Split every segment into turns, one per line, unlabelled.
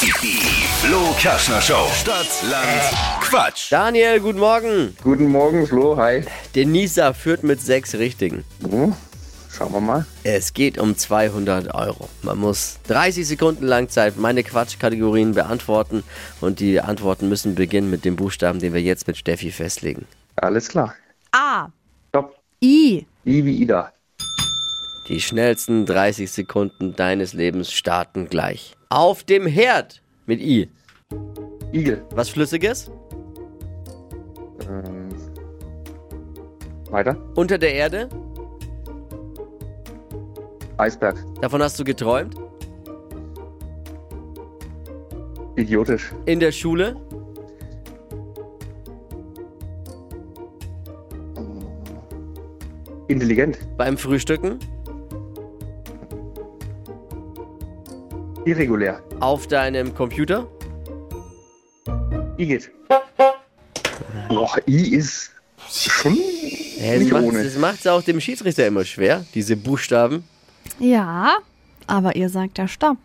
Die Flo Kaschner Show. Stadt, Land, Quatsch.
Daniel, guten Morgen.
Guten Morgen, Flo. Hi.
Der Nisa führt mit sechs Richtigen.
Hm, Schauen wir mal.
Es geht um 200 Euro. Man muss 30 Sekunden lang Zeit meine Quatschkategorien beantworten und die Antworten müssen beginnen mit dem Buchstaben, den wir jetzt mit Steffi festlegen.
Alles klar.
A.
Stopp.
I.
I wie Ida.
Die schnellsten 30 Sekunden deines Lebens starten gleich. Auf dem Herd mit I.
Igel.
Was Flüssiges?
Ähm, weiter.
Unter der Erde?
Eisberg.
Davon hast du geträumt?
Idiotisch.
In der Schule?
Intelligent.
Beim Frühstücken?
Irregulär.
Auf deinem Computer?
Igitt. Boah, I ist schon
Hä, das
nicht
macht-
ohne.
das macht es auch dem Schiedsrichter immer schwer, diese Buchstaben.
Ja, aber ihr sagt ja Stopp.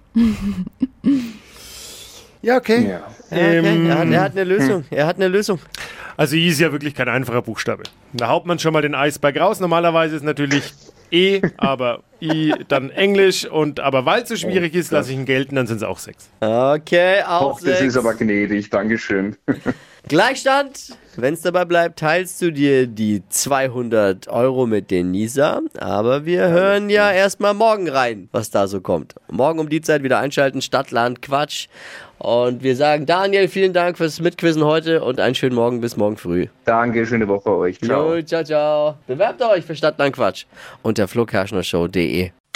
Ja, okay.
Ja.
Ja, okay.
Ähm,
er, hat, er hat eine Lösung. Er hat eine Lösung.
Also I ist ja wirklich kein einfacher Buchstabe. Da haut man schon mal den Eisberg raus. Normalerweise ist natürlich E, aber I dann Englisch. Und aber weil es so schwierig ist, lasse ich ihn gelten, dann sind es auch sechs.
Okay, auf
Och, das
sechs.
ist aber gnädig. Dankeschön.
Gleichstand. Wenn es dabei bleibt, teilst du dir die 200 Euro mit den Nisa. Aber wir hören ja erstmal morgen rein, was da so kommt. Morgen um die Zeit wieder einschalten. Stadtland Quatsch. Und wir sagen Daniel, vielen Dank fürs Mitquizzen heute und einen schönen Morgen bis morgen früh.
Danke, schöne Woche euch. Ciao.
Jo, ciao, ciao. Bewerbt euch für Stadtland Quatsch unter flokerschnershow.de.